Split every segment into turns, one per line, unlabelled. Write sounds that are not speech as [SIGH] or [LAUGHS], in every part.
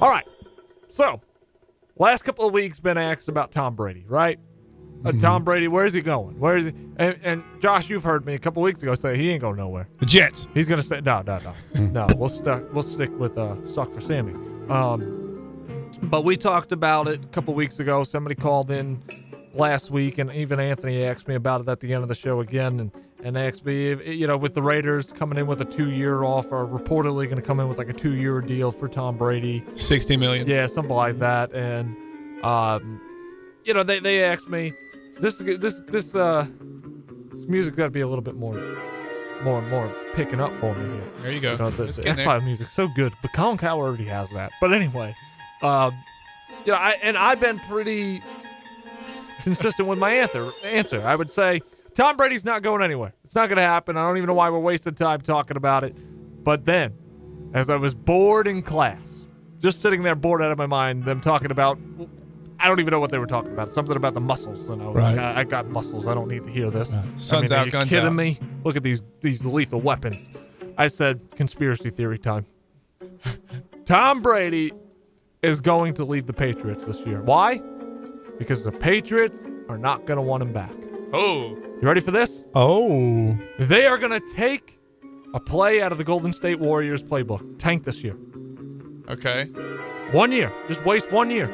All right. So, last couple of weeks been asked about Tom Brady, right? Uh, Tom Brady, where's he going? Where is he? And, and Josh, you've heard me a couple weeks ago say he ain't going nowhere.
The Jets.
He's gonna stay. No, no, no, no. We'll stuck. We'll stick with uh, suck for Sammy. Um, but we talked about it a couple weeks ago. Somebody called in last week, and even Anthony asked me about it at the end of the show again, and and asked me, if, you know, with the Raiders coming in with a two-year offer, reportedly going to come in with like a two-year deal for Tom Brady.
60 million.
Yeah, something like that. And um, you know, they, they asked me this this this uh this music's got to be a little bit more more more picking up for me here.
There you go.
You know, the,
It's
the
getting there.
F5 music's so good, but Colin Cowherd already has that. But anyway, um, you know, I and I've been pretty consistent with my answer. Answer, I would say Tom Brady's not going anywhere. It's not going to happen. I don't even know why we're wasting time talking about it. But then, as I was bored in class, just sitting there bored out of my mind, them talking about. I don't even know what they were talking about. Something about the muscles, and I was like,
Right.
I, "I got muscles. I don't need to hear this."
Sun's
I mean,
out,
are you
guns
kidding
out.
me? Look at these these lethal weapons. I said conspiracy theory time. [LAUGHS] Tom Brady is going to leave the Patriots this year. Why? Because the Patriots are not going to want him back.
Oh.
You ready for this?
Oh.
They are going to take a play out of the Golden State Warriors playbook. Tank this year.
Okay.
One year. Just waste one year.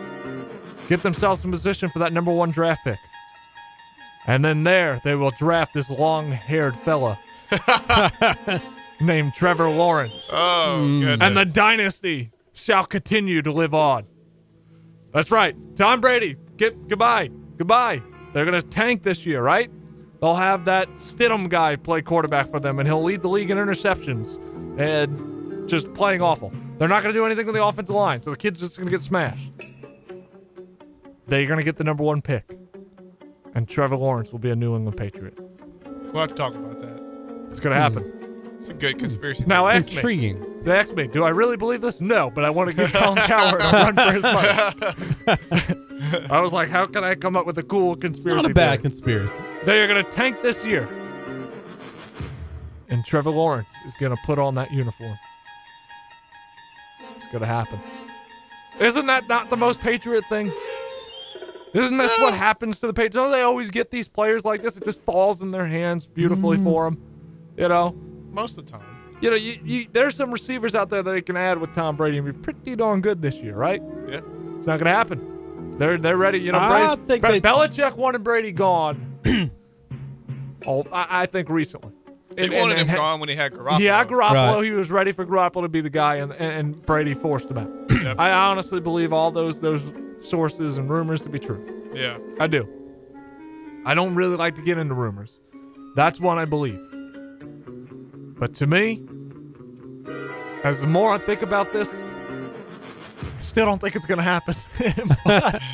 Get themselves in position for that number one draft pick. And then there they will draft this long haired fella [LAUGHS] named Trevor Lawrence.
Oh, goodness.
and the dynasty shall continue to live on. That's right. Tom Brady, get goodbye. Goodbye. They're gonna tank this year, right? They'll have that Stidham guy play quarterback for them, and he'll lead the league in interceptions and just playing awful. They're not gonna do anything with the offensive line, so the kid's just gonna get smashed. They're gonna get the number one pick. And Trevor Lawrence will be a New England Patriot.
we'll have to talk about that.
It's gonna happen.
It's a good conspiracy.
Now
theory.
ask me.
Intriguing.
They asked me, "Do I really believe this?" No, but I want to give
[LAUGHS]
Colin Cowherd a run for his money.
[LAUGHS]
I was like, "How can I come up with a cool conspiracy?"
Not a bad
theory?
conspiracy.
They are going to tank this year, and Trevor Lawrence is going to put on that uniform. It's going to happen. Isn't that not the most patriot thing? Isn't this what happens to the Patriots? Don't they always get these players like this? It just falls in their hands beautifully
Mm.
for 'em. for them, you know
most of the time.
you know, you, you there's some receivers out there that they can add with Tom Brady and be pretty darn good this year, right?
Yeah.
It's not going to happen. They're they're ready. You know, Brady,
I think
Be-
they-
Belichick wanted Brady gone. [CLEARS THROAT] oh, I, I think recently.
He
And-
wanted
and-
him
and-
gone when he had Garoppolo.
Yeah, Garoppolo.
Right.
He was ready for Garoppolo to be the guy, and and, and Brady forced him out.
Yep.
I honestly believe all those those sources and rumors to be true.
Yeah.
I do. I don't really like to get into rumors. That's one I believe. But to me, as the more I think about this, I still don't think it's going to happen. [LAUGHS]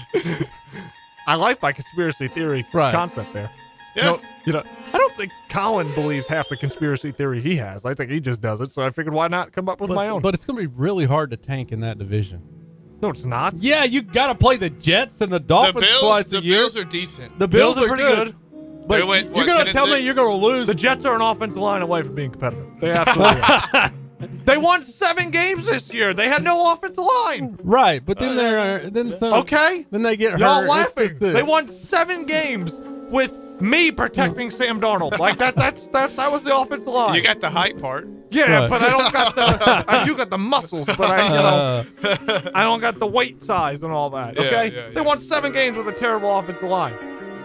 I like my conspiracy theory
Right.
concept there.
Yeah.
You know, you know, I don't think Colin believes half the conspiracy theory he has. I think he just does it. So I figured, why not come up with
But,
my own?
but it's going to be really hard to tank in that division.
no, it's not.
Yeah, you got to play the Jets and the
The
Dolphins
Bills,
twice
the
a year.
Bills are decent.
the Bills,
Bills are pretty good.
But
They went, what,
you're
10
going to
and
tell me
six?
you're going to lose.
The Jets are an offensive line away from being competitive. They absolutely are.
[LAUGHS]
They won seven games this year. They had no offensive line.
right, but
Uh,
then they're then some
Okay?
Then they get
Y'all
hurt. It's
laughing.
just a-
They won seven games with me protecting Sam Darnold. Like that that's that that was the offensive line.
You got the hype part.
yeah,
Right.
but I don't got the I do got the muscles, but I you know
Uh, [LAUGHS]
I don't got the weight size and all that.
Yeah,
Okay,
yeah,
they
yeah.
won seven games with a terrible offensive line.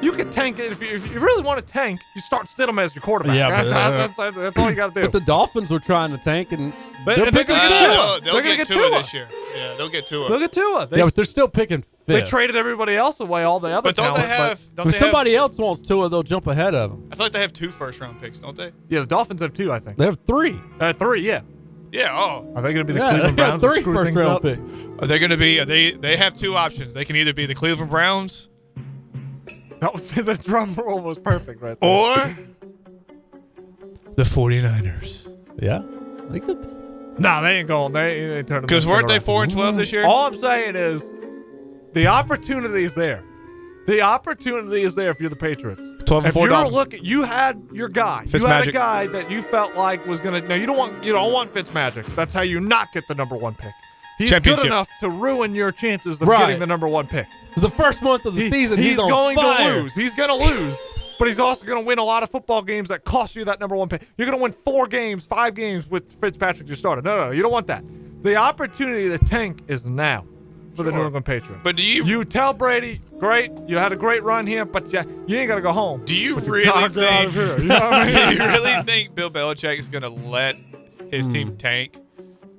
You could tank it if you, if you really want to tank. You start Stidham as your quarterback.
Yeah,
that's,
but- uh,
that's, that's, that's all you got to do.
but the Dolphins were trying to tank and
But
they're
if they're
picking
gonna
Tua.
get
Uh, they'll, they'll
They're gonna
get,
get
Tua
Tua.
this year. Yeah, they'll get Tua.
Look at Tua. They,
yeah, but they're still picking fifth.
they traded everybody else away, all the other
but don't they
talents.
have? Don't
if
they have,
somebody else wants Tua, they'll jump ahead of them.
I feel like they have two first round picks, don't they?
yeah, the Dolphins have two, I think.
They have three.
Uh, three, yeah.
Yeah. Oh,
Are they going to be the
yeah,
Cleveland
they got
Browns? that
three
screw
first
things
round
up?
picks.
are they going to be? Are they they have two options. They can either be the Cleveland Browns
[LAUGHS] That was the drum roll was perfect right there.
or the 49ers.
Yeah, they could.
nah, they ain't going. They they ain't turning.
Because
this
weren't they
thing
four and twelve this year?
around. All I'm saying is, the opportunity is there. The opportunity is there if you're the Patriots.
12 and
if
four
you're
Dolphins.
looking, you had your guy. you had a
Fitzmagic.
guy that you felt like was gonna. No, you don't want. You don't want Fitzmagic. That's how you not get the number one pick. He's good
Championship.
enough to ruin your chances of
Right.
getting the number one pick.
It's the first month of the
He-
season.
he's,
He's, on
going
fire.
to lose. He's going to lose. But he's also going to win a lot of football games that cost you that number one pick. You're going to win four games, five games with Fitzpatrick your starter. No, no, no, you don't want that. The opportunity to tank is now for the New
Sure.
England Patriots.
But do you-
you tell Brady, great, you had a great run here, but you, you ain't going to go home.
Do you
But
really
gotta get out
think?
of here. You know what I mean?
[LAUGHS] do you really think Bill Belichick is going to let his team tank?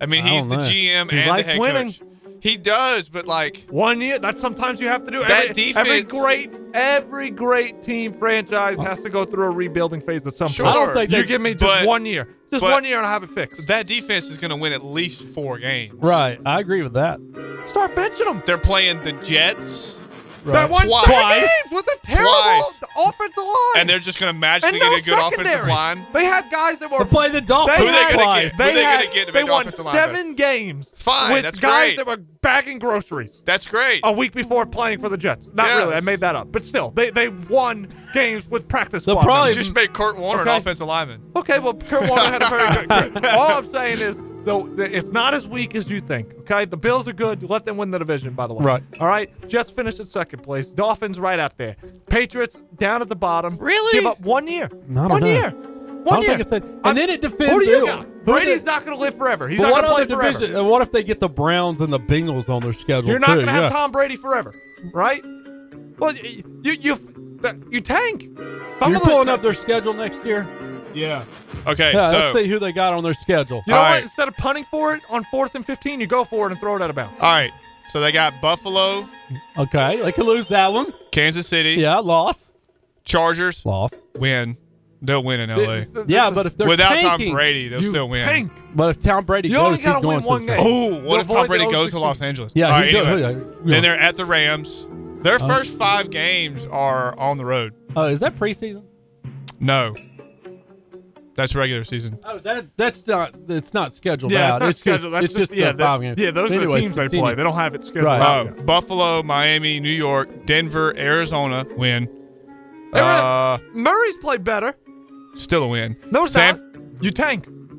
I mean,
Hmm. I
he's
don't
the
know.
GM
He
and
likes
the head
winning.
coach. He does, but like,
One year. That's sometimes you have to do.
That
every, every
defense-
great, every great team franchise has to go through a rebuilding phase at some
Sure.
point.
I don't
think
you
they-
give me just
but-
one year, just
but-
one year, and I have it fixed.
that defense is going to win at least four games.
Right. I agree with that.
Start benching them.
They're playing the Jets,
That
Right.
one
Twice.
games with a terrible
Twice.
offensive line,
and they're just going to
And
magically
no
get a good offensive
secondary.
line.
They had guys that were
Or play the Dolphins.
They
Who are they going
twice.
to get? Who
they
are they
had
going to get to
they
make
won
offensive line better?
seven games
Fine,
with
that's
guys
great.
that were bagging groceries.
That's great.
A week before playing for the Jets. Not
Yes.
really. I made that up. But still, they, they won games with practice
They'll
squad
probably
members.
You just make Kurt Warner
Okay.
an offensive lineman.
Okay, well, Kurt Warner had a very
[LAUGHS]
good. All I'm saying is, though, th- it's not as weak as you think. Okay, the Bills are good. Let them win the division, by the way.
Right.
All right. Jets finished in second place. Dolphins right out there. Patriots down at the bottom.
Really?
Give up one year.
don't
one
know.
year. One
I don't
year.
think it's that- and
I'm-
then it defends
Who do you
who-
got?
who
Brady's
did-
not going to live forever. He's
But
not
what
going
other
to play forever.
division? And what if they get the Browns and the Bengals on their schedule?
You're not
too?
going to have
Yeah.
Tom Brady forever, right? Well, y- you you that- you tank. If I'm
You're
gonna-
pulling up their schedule next year.
Yeah. Okay,
Yeah, let's
so
see who they got on their schedule.
You know
All
what?
right.
Instead of punting for it on fourth and fifteen, you go for it and throw it out of bounds.
all right. So they got Buffalo,
Okay, they could lose that one.
Kansas City,
Yeah, loss,
Chargers,
loss.
win. They'll win in LA.
Th- th-
Yeah,
th-
but if they're
Without
tanking,
Tom Brady, they'll
you
still win.
tank.
but if Tom Brady
You
goes,
only gotta
he's going
win
to
one
the-
game.
Oh, what if
Avoid
Tom
the
Brady goes to
0-16.
Los Angeles?
Yeah,
All
he's
right,
doing-
anyway.
yeah, Uh-huh. yeah.
Then they're at the Rams. Their first five games are on the road.
Oh, is that preseason?
No, that's regular season.
Oh, that that's not it's not scheduled
Yeah,
out.
it's not
it's
scheduled.
Just,
That's
it's
just,
just
yeah,
the
that-
five games.
yeah. Those are the
Anyways,
teams they
continue.
play. They don't have it scheduled.
Right.
out
Uh,
yet.
Buffalo, Miami, New York, Denver, Arizona win.
They were-
Uh,
Murray's played better.
still a win.
No, it's
Sam-
not. You tank.
[LAUGHS]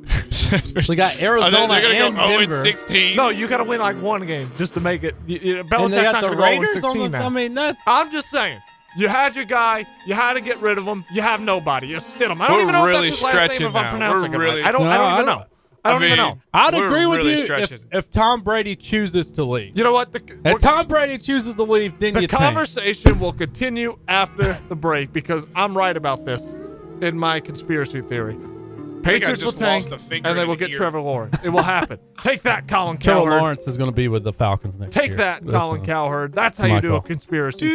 They got
Are they,
Arizona
are gonna
and
go 0
Denver.
and 16.
No, you got to win like one game just to make it. You, you,
and they
Belichick's
got
not
the
going to go 0
Raiders on
16
the.
now.
I mean, that
I'm just saying. You had your guy. You had to get rid of him. You have nobody. You Stidham. I don't
We're
even know
really
if that's his last name
stretching
if I'm
now.
pronouncing
We're
it right.
really-
I don't. I
No,
don't
I
even
don't-
know. I don't
I
even
mean-
know.
I'd
We're
agree with
really
you if,
stretching.
if Tom Brady chooses to leave.
You know what? The,
If Tom Brady chooses to leave, then
the
you tank.
conversation will continue after the break because I'm right about this in my conspiracy theory. Patriots will
just
tank,
lost a finger
and they
in
will
the
get
ear.
Trevor Lawrence. It will happen. Take that, Colin
[LAUGHS]
Trevor
Cowherd.
Lawrence is going to be with the Falcons next year.
Take that,
That's
Colin
fine.
Cowherd. That's how
my
you do a
call.
conspiracy